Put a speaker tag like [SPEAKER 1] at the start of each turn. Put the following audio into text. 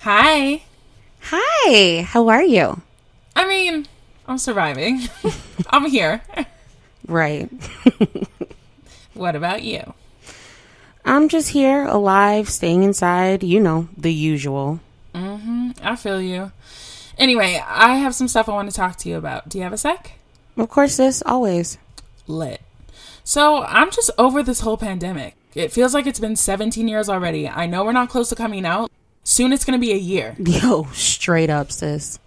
[SPEAKER 1] Hi.
[SPEAKER 2] Hi, how are you?
[SPEAKER 1] I mean, I'm surviving. I'm here.
[SPEAKER 2] Right.
[SPEAKER 1] What about you?
[SPEAKER 2] I'm just here, alive, staying inside, you know, the usual.
[SPEAKER 1] I feel you. Anyway, I have some stuff I want to talk to you about. Do you have a sec?
[SPEAKER 2] Of course, this always.
[SPEAKER 1] Lit. So, I'm just over this whole pandemic. It feels like it's been 17 years already. I know we're not close to coming out. Soon it's going to be a year.
[SPEAKER 2] Yo, straight up, sis.